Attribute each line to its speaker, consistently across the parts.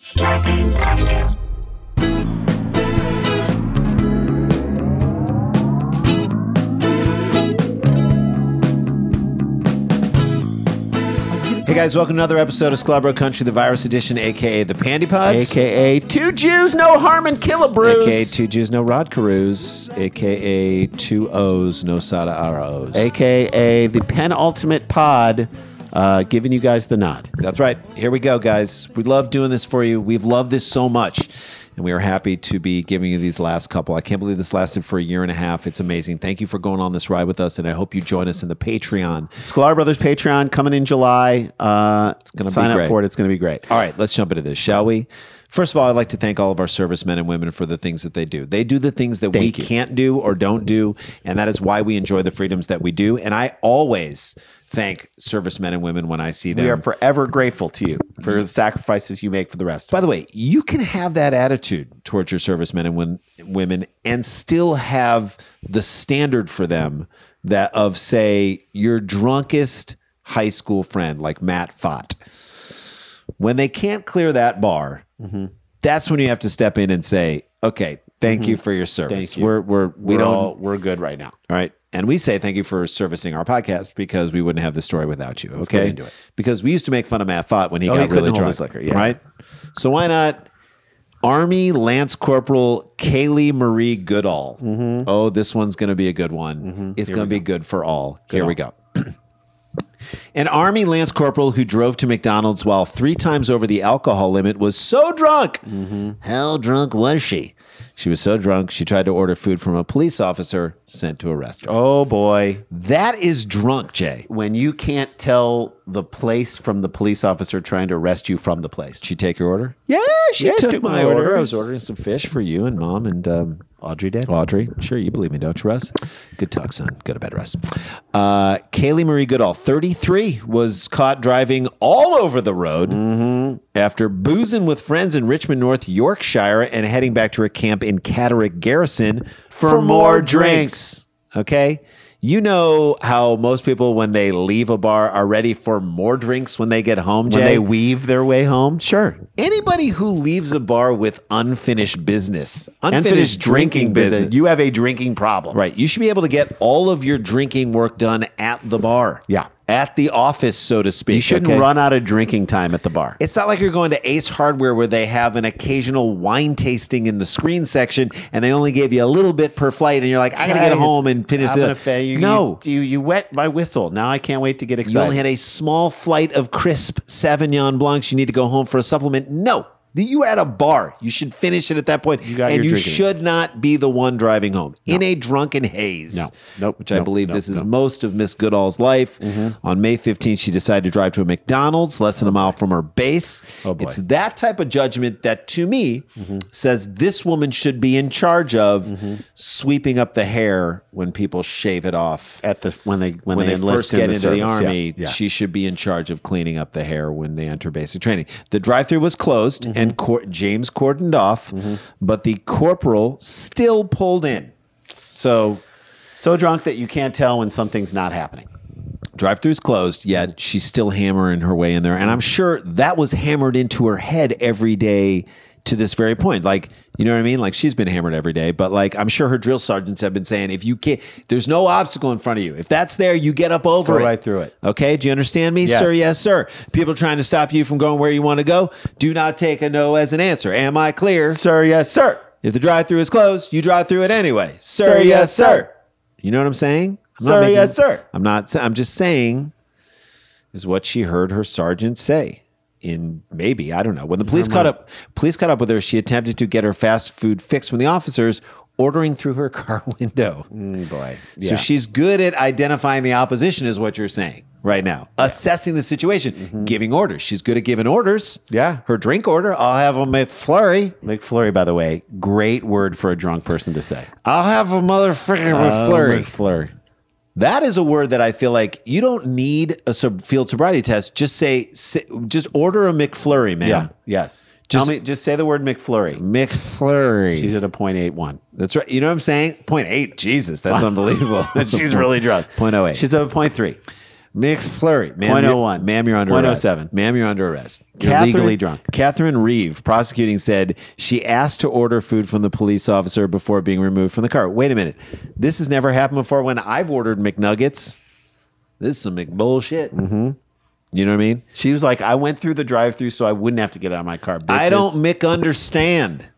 Speaker 1: Scarpins Avenue.
Speaker 2: Hey guys, welcome to another episode of Scalabro Country, the virus edition, aka the Pandy Pods,
Speaker 3: AKA two Jews, no harm in Killabrews.
Speaker 2: AKA two Jews, no Rod Carews, aka two O's, no Sada Ara O's.
Speaker 3: AKA the penultimate pod, uh, giving you guys the nod.
Speaker 2: That's right. Here we go, guys. We love doing this for you. We've loved this so much. And we are happy to be giving you these last couple. I can't believe this lasted for a year and a half. It's amazing. Thank you for going on this ride with us. And I hope you join us in the Patreon.
Speaker 3: Sklar Brothers Patreon coming in July. Uh, it's
Speaker 2: gonna be
Speaker 3: sign
Speaker 2: great.
Speaker 3: up for it. It's going to be great.
Speaker 2: All right, let's jump into this, shall we? First of all, I'd like to thank all of our servicemen and women for the things that they do. They do the things that we
Speaker 3: Thank you.
Speaker 2: can't do or don't do, and that is why we enjoy the freedoms that we do. And I always thank servicemen and women when I see them.
Speaker 3: We are forever grateful to you for the sacrifices you make for the rest.
Speaker 2: By the way, you can have that attitude towards your servicemen and win- women and still have the standard for them that of, say, your drunkest high school friend, like Matt Fott. When they can't clear that bar,
Speaker 3: Mm-hmm.
Speaker 2: that's when you have to step in and say, okay, thank you for your service.
Speaker 3: Mm-hmm. Thank you.
Speaker 2: We're, we're, we
Speaker 3: we're
Speaker 2: don't,
Speaker 3: all,
Speaker 2: all
Speaker 3: we're good right now.
Speaker 2: right. And we say thank you for servicing our podcast because we wouldn't have this story without you.
Speaker 3: get
Speaker 2: Okay.
Speaker 3: into it.
Speaker 2: Because we used to make fun of Matt Fott when he
Speaker 3: Oh,
Speaker 2: got
Speaker 3: he couldn't
Speaker 2: really
Speaker 3: hold
Speaker 2: drunk.
Speaker 3: his liquor, yeah.
Speaker 2: Right. So why not Army Lance Corporal Kaylee Marie Goodall? Oh, this one's going to be a good one. It's going to be good for all. Here we go. An Army Lance Corporal who drove to McDonald's while three times over the alcohol limit was so drunk. How drunk was she? She was so drunk, she tried to order food from a police officer sent to arrest her.
Speaker 3: Oh boy,
Speaker 2: That is drunk, Jay.
Speaker 3: when you can't tell the place from the police officer trying to arrest you from the place.
Speaker 2: Did she take your order? Yeah, she
Speaker 3: took my order.
Speaker 2: I was ordering some fish for you and mom and um,
Speaker 3: Audrey did.
Speaker 2: Audrey. Sure, you believe me, don't you, Russ? Good talk, son. Go to bed, Russ. Uh, Kaylee Marie Goodall, 33, was caught driving all over the road Mm-hmm. after boozing with friends in Richmond, North Yorkshire, and heading back to her camp in Catterick Garrison for, more,
Speaker 3: For more
Speaker 2: drinks. Okay. You know how most people, when they leave a bar, are ready for more drinks when they get home,
Speaker 3: When
Speaker 2: Jay?
Speaker 3: they weave their way home, sure.
Speaker 2: Anybody who leaves a bar with unfinished business, unfinished, drinking business,
Speaker 3: You have a drinking problem.
Speaker 2: Right. You should be able to get all of your drinking work done at the bar.
Speaker 3: Yeah.
Speaker 2: At the office, so to speak.
Speaker 3: You shouldn't
Speaker 2: okay?
Speaker 3: run out of drinking time at the bar.
Speaker 2: It's not like you're going to Ace Hardware where they have an occasional wine tasting in the screen section and they only gave you a little bit per flight and you're like, I got to get home and finish
Speaker 3: I'm gonna
Speaker 2: this.
Speaker 3: fail you.
Speaker 2: no.
Speaker 3: you, you, you wet my whistle. Now I can't wait to get
Speaker 2: You
Speaker 3: excited.
Speaker 2: only had a small flight of crisp Sauvignon Blancs. You need to go home for a supplement. No, you were at a bar. You should finish it at that point.
Speaker 3: got
Speaker 2: and
Speaker 3: your
Speaker 2: you
Speaker 3: drinking.
Speaker 2: should not be the one driving home in a drunken haze.
Speaker 3: No. Nope.
Speaker 2: Which I
Speaker 3: Nope.
Speaker 2: believe
Speaker 3: Nope.
Speaker 2: this is
Speaker 3: Nope. Mm-hmm.
Speaker 2: most of Miss Goodall's life. On May 15th, she decided to drive to a McDonald's less than a mile from her base.
Speaker 3: Oh, boy. Mm-hmm.
Speaker 2: It's that type of judgment that to me says this woman should be in charge of sweeping up the hair when people shave it off
Speaker 3: at the when they when,
Speaker 2: when
Speaker 3: they,
Speaker 2: they,
Speaker 3: enlist
Speaker 2: first get
Speaker 3: in the
Speaker 2: into the
Speaker 3: service. Yeah.
Speaker 2: army,
Speaker 3: Yeah.
Speaker 2: she should be in charge of cleaning up the hair when they enter basic training. The drive-through was closed
Speaker 3: Mm-hmm.
Speaker 2: and cor- James cordoned off, but the corporal still pulled in. So
Speaker 3: so drunk that you can't tell when something's not happening.
Speaker 2: drive-through's closed,
Speaker 3: Mm-hmm.
Speaker 2: yet she's still hammering her way in there, and I'm sure that was hammered into her head every day. To this very point, like you know what I mean, like she's been hammered every day, but like I'm sure her drill sergeants have been saying, if you can't, there's no obstacle in front of you. If that's there, you get up over
Speaker 3: Go
Speaker 2: it,
Speaker 3: right through it.
Speaker 2: Okay, do you understand me,
Speaker 3: Yes.
Speaker 2: sir? Yes, sir. People trying to stop you from going where you want to go, do not take a no as an answer. Am I clear?
Speaker 3: Sir, yes, sir.
Speaker 2: If the drive through is closed, you drive through it anyway. Sir,
Speaker 3: Sir,
Speaker 2: yes,
Speaker 3: yes,
Speaker 2: sir.
Speaker 3: sir.
Speaker 2: You know what I'm saying? I'm not
Speaker 3: Sir,
Speaker 2: making-
Speaker 3: yes, sir.
Speaker 2: I'm not sa- I'm just saying is what she heard her sergeant say. In maybe, I don't know. When the police caught up police caught up with her, she attempted to get her fast food fixed from the officers, ordering through her car window.
Speaker 3: Mm, Boy.
Speaker 2: So she's good at identifying the opposition, is what you're saying. right now, assessing the situation, giving orders. She's good at giving orders.
Speaker 3: Mm-hmm. Yeah.
Speaker 2: Her drink order, I'll have a McFlurry.
Speaker 3: McFlurry, by the way, great word for a drunk person to say.
Speaker 2: I'll have a motherfucking McFlurry.
Speaker 3: Uh, McFlurry.
Speaker 2: Uh, That is a word that I feel like you don't need a sob- field sobriety test. Just say, si- just order a McFlurry, man.
Speaker 3: Yeah. Yes.
Speaker 2: Just-
Speaker 3: Just, Tell me, just say the word McFlurry.
Speaker 2: McFlurry.
Speaker 3: She's at a 0.81.
Speaker 2: that's right. You know what I'm saying? Point eight. Jesus, that's unbelievable.
Speaker 3: She's really drunk.
Speaker 2: Point oh eight.
Speaker 3: She's at a 0.3.
Speaker 2: McFlurry. Ma'am,
Speaker 3: Point oh
Speaker 2: you're-
Speaker 3: one.
Speaker 2: Ma'am, you're under
Speaker 3: Point oh
Speaker 2: arrest.
Speaker 3: seven.
Speaker 2: Ma'am, you're under arrest.
Speaker 3: You're legally drunk.
Speaker 2: Catherine Reeve, prosecuting, said she asked to order food from the police officer before being removed from the car. Wait a minute. This has never happened before when I've ordered McNuggets. This is some McBullshit. Mm-hmm. You know what I mean?
Speaker 3: She was like, I went through the drive through so I wouldn't have to get out of my car. Bitches.
Speaker 2: I don't Mick understand.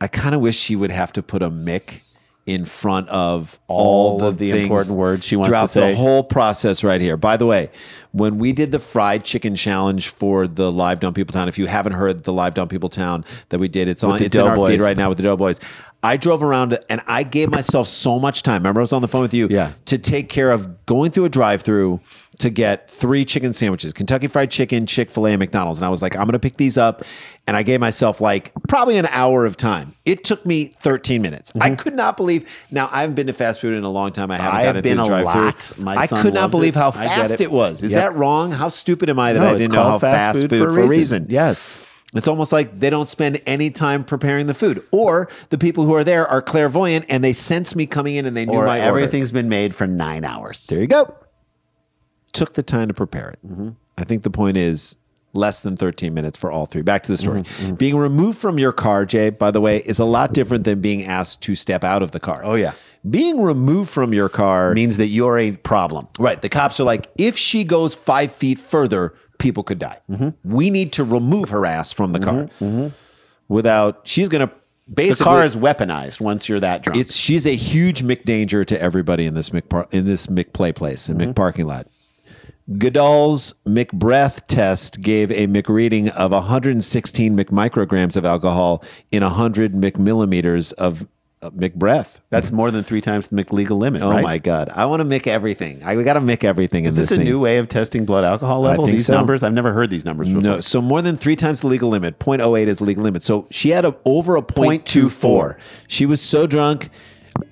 Speaker 2: I kind of wish she would have to put a Mick in front of all,
Speaker 3: All
Speaker 2: the
Speaker 3: of the
Speaker 2: things
Speaker 3: important words she wants to
Speaker 2: throughout
Speaker 3: say.
Speaker 2: The whole process right here. By the way, when we did the fried chicken challenge for the live Dumb People Town, if you haven't heard the live Dumb People Town that we did, it's on
Speaker 3: the
Speaker 2: it's in our
Speaker 3: Doughboys.
Speaker 2: feed right now with the Doughboys. I drove around and I gave myself so much time. Remember, I was on the phone with you
Speaker 3: Yeah.
Speaker 2: to take care of going through a drive-through to get three chicken sandwiches kentucky fried chicken chick-fil-a and mcdonald's and i was like i'm gonna pick these up and i gave myself like probably an hour of time it took me 13 minutes i could not believe now i haven't been to fast food in a long time i haven't
Speaker 3: Mm-hmm. I
Speaker 2: gotten
Speaker 3: have
Speaker 2: through
Speaker 3: been
Speaker 2: the
Speaker 3: a
Speaker 2: drive-through
Speaker 3: lot. My
Speaker 2: i
Speaker 3: son
Speaker 2: could not
Speaker 3: loves
Speaker 2: believe
Speaker 3: it.
Speaker 2: how
Speaker 3: I get
Speaker 2: fast
Speaker 3: it.
Speaker 2: it. was is
Speaker 3: Yep.
Speaker 2: that wrong how stupid am i that
Speaker 3: No,
Speaker 2: i
Speaker 3: it's
Speaker 2: didn't know
Speaker 3: called
Speaker 2: how fast, food, for a reason
Speaker 3: Yes.
Speaker 2: it's almost like they don't spend any time preparing the food, or the people who are there are clairvoyant and they sense me coming in and they knew
Speaker 3: Or
Speaker 2: my order.
Speaker 3: everything's been made for nine hours.
Speaker 2: There you go. Took the time to prepare it.
Speaker 3: Mm-hmm.
Speaker 2: I think the point is less than 13 minutes for all three. Back to the story.
Speaker 3: Mm-hmm,
Speaker 2: Being removed from your car, Jay, by the way, is a lot different than being asked to step out of the car.
Speaker 3: Oh, yeah.
Speaker 2: Being removed from your car
Speaker 3: means that you're a problem.
Speaker 2: Right. The cops are like, if she goes five feet further, people could die.
Speaker 3: Mm-hmm.
Speaker 2: We need to remove her ass from the car. Without, she's going to
Speaker 3: The
Speaker 2: basically.
Speaker 3: car is weaponized once you're that drunk.
Speaker 2: it's she's a huge McDanger to everybody in this McPar- in this McPlay place
Speaker 3: Mm-hmm.
Speaker 2: and McParking lot. Goodall's McBreath test gave a McReading of 116 McMicrograms of alcohol in 100 McMillimeters of uh, McBreath.
Speaker 3: That's more than three times the McLegal limit.
Speaker 2: Oh
Speaker 3: right?
Speaker 2: my God! I want to make everything. I got to make everything in
Speaker 3: Is
Speaker 2: this.
Speaker 3: this a
Speaker 2: thing.
Speaker 3: new way of testing blood alcohol level?
Speaker 2: think
Speaker 3: These
Speaker 2: so.
Speaker 3: numbers? I've never heard these numbers before.
Speaker 2: No, so more than three times the legal limit. 0.08 is the legal limit. So she had a, over a 0.24.
Speaker 3: 0.24.
Speaker 2: She was so drunk,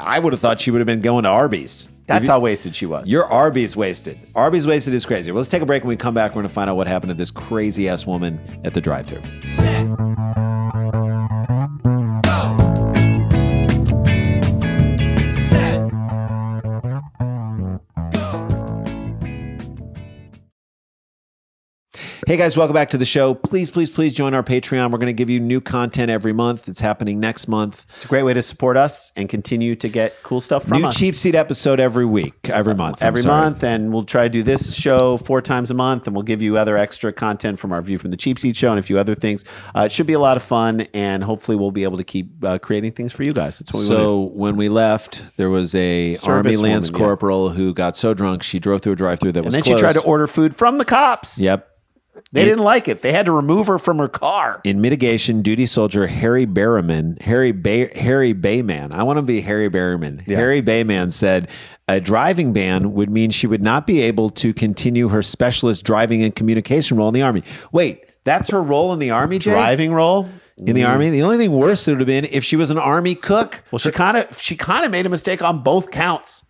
Speaker 2: I would have thought she would have been going to Arby's.
Speaker 3: That's how wasted she was.
Speaker 2: Your Arby's wasted. Arby's wasted is crazy. Well, let's take a break. When we come back, we're going to find out what happened to this crazy ass woman at the drive thru. Hey guys, welcome back to the show. Please, please, please join our Patreon. We're going to give you new content every month. It's happening next month.
Speaker 3: it's a great way to support us and continue to get cool stuff from
Speaker 2: new
Speaker 3: us.
Speaker 2: cheap seat episode every week, every month. I'm
Speaker 3: every
Speaker 2: sorry.
Speaker 3: month, and we'll try to do this show four times a month, and we'll give you other extra content from our view from the cheap seat show and a few other things. Uh, it should be a lot of fun, and hopefully, we'll be able to keep uh, creating things for you guys. That's what we want.
Speaker 2: So when we left, there was a Army
Speaker 3: Servicewoman,
Speaker 2: Lance
Speaker 3: yeah.
Speaker 2: Corporal who got so drunk she drove through a drive-through that
Speaker 3: And
Speaker 2: was
Speaker 3: then
Speaker 2: closed.
Speaker 3: she tried to order food from the cops.
Speaker 2: Yep.
Speaker 3: they didn't like it. They had to remove her from her car.
Speaker 2: In mitigation, duty soldier Harry Berryman, Harry Bay, Harry Bayman. I want to be Harry Berryman. Harry Bayman said a driving ban would mean she would not be able to continue her specialist driving and communication role in the army. Wait, that's her role in the army, Jay?
Speaker 3: Driving role.
Speaker 2: in the army. The only thing worse would have been if she was an army cook.
Speaker 3: Mm. Well, she kind of she kind of made a mistake on both counts,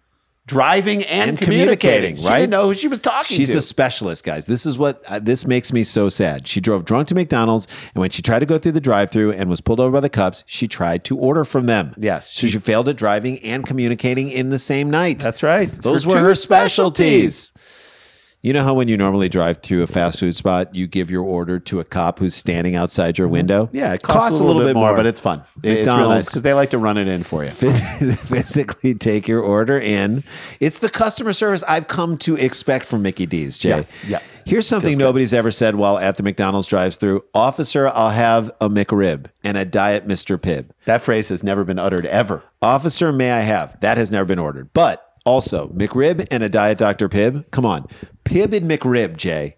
Speaker 3: driving and,
Speaker 2: And communicating,
Speaker 3: communicating.
Speaker 2: right?
Speaker 3: She didn't know who she was talking
Speaker 2: She's
Speaker 3: to.
Speaker 2: a specialist, guys. This is what uh, this makes me so sad. She drove drunk to McDonald's, and when she tried to go through the drive-through and was pulled over by the cops, she tried to order from them.
Speaker 3: Yes,
Speaker 2: so she, failed at driving and communicating in the same night.
Speaker 3: That's right.
Speaker 2: Those
Speaker 3: Her
Speaker 2: were
Speaker 3: two
Speaker 2: her specialties. You know how when you normally drive through a fast food spot, you give your order to a cop who's standing outside your window.
Speaker 3: Mm-hmm. Yeah, it costs, a little, bit more, but it's fun. It- It's real
Speaker 2: McDonald's.
Speaker 3: nice because they like to run it in for you.
Speaker 2: physically take your order in. It's the customer service I've come to expect from Mickey D's, Jay.
Speaker 3: Yeah, yeah.
Speaker 2: Here's something nobody's ever said while at the McDonald's drive thru Officer, I'll have a McRib and a Diet Mr. Pibb.
Speaker 3: That phrase has never been uttered ever.
Speaker 2: Officer, may I have? That has never been ordered. But also, McRib and a Diet Dr. Pibb? Come on. Pibb and McRib, Jay.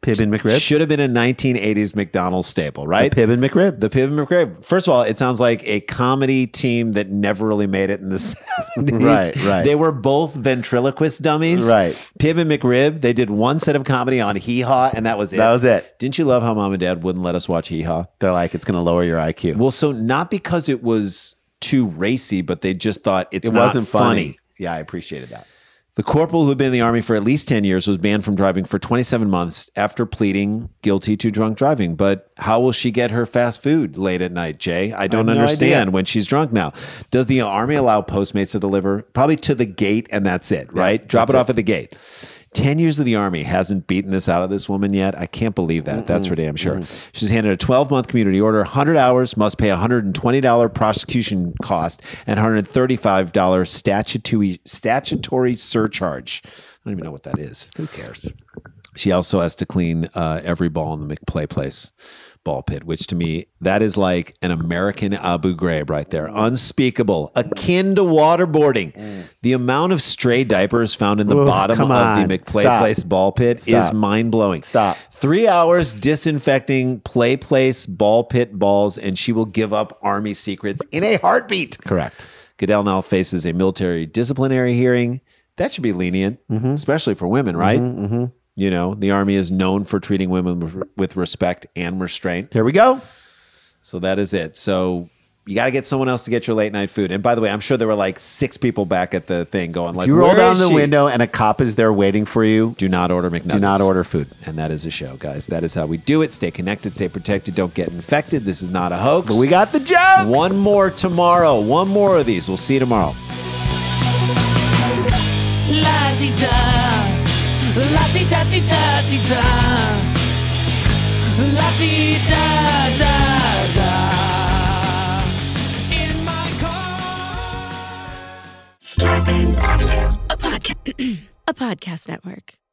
Speaker 3: Pib and McRib.
Speaker 2: Should have been a 1980s McDonald's staple, right?
Speaker 3: Pib and McRib.
Speaker 2: The Pib and McRib. First of all, it sounds like a comedy team that never really made it in the 70s.
Speaker 3: Right, right.
Speaker 2: They were both ventriloquist dummies.
Speaker 3: Right.
Speaker 2: Pib and McRib, they did one set of comedy on Hee Haw, and that was it.
Speaker 3: That was it.
Speaker 2: Didn't you love how mom and dad wouldn't let us watch Hee Haw?
Speaker 3: They're like, it's going to lower your IQ.
Speaker 2: Well, so not because it was too racy, but they just thought it's
Speaker 3: it
Speaker 2: not
Speaker 3: wasn't funny.
Speaker 2: funny.
Speaker 3: Yeah, I appreciated that.
Speaker 2: The corporal who had been in the army for at least 10 years was banned from driving for 27 months after pleading guilty to drunk driving. But how will she get her fast food late at night, Jay? I don't
Speaker 3: have no
Speaker 2: understand
Speaker 3: idea.
Speaker 2: when she's drunk now. Does the army allow Postmates to deliver? Probably to the gate and that's it, right? Drop it off at the gate. 10 years of the army hasn't beaten this out of this woman yet. I can't believe that. That's for damn sure. She's handed a 12 month community order, 100 hours, must pay $120 prosecution cost, and $135 statutory, statutory surcharge. I don't even know what that is.
Speaker 3: Who cares?
Speaker 2: She also has to clean uh, every ball in the McPlay Place ball pit, which to me, that is like an American Abu Ghraib right there. Unspeakable, akin to waterboarding. The amount of stray diapers found in the
Speaker 3: Mm. Ooh,
Speaker 2: bottom of
Speaker 3: come on.
Speaker 2: the McPlay
Speaker 3: Stop.
Speaker 2: Place ball pit is
Speaker 3: Stop.
Speaker 2: mind blowing.
Speaker 3: Stop.
Speaker 2: Three hours disinfecting Play Place ball pit balls, and she will give up Army secrets in a heartbeat.
Speaker 3: Correct.
Speaker 2: Goodell now faces a military disciplinary hearing. That should be lenient,
Speaker 3: Mm-hmm.
Speaker 2: especially for women, right? You know, the army is known for treating women with- with respect and restraint.
Speaker 3: Here we go.
Speaker 2: So that is it. So you got to get someone else to get your late night food. And by the way, I'm sure there were like six people back at the thing going like,
Speaker 3: You roll
Speaker 2: "Where
Speaker 3: down
Speaker 2: is
Speaker 3: the
Speaker 2: she?"
Speaker 3: window and a cop is there waiting for you.
Speaker 2: Do not order McNuggets.
Speaker 3: Do not order food.
Speaker 2: And that is a show, guys. That is how we do it. Stay connected, stay protected, don't get infected. This is not a hoax.
Speaker 3: We got the jokes.
Speaker 2: one more tomorrow. One more of these. We'll see you tomorrow.
Speaker 4: La ti da, la ti da ti da ti da, la ti da da da. In my car.
Speaker 1: Scorpions Avenue.
Speaker 5: a podcast network.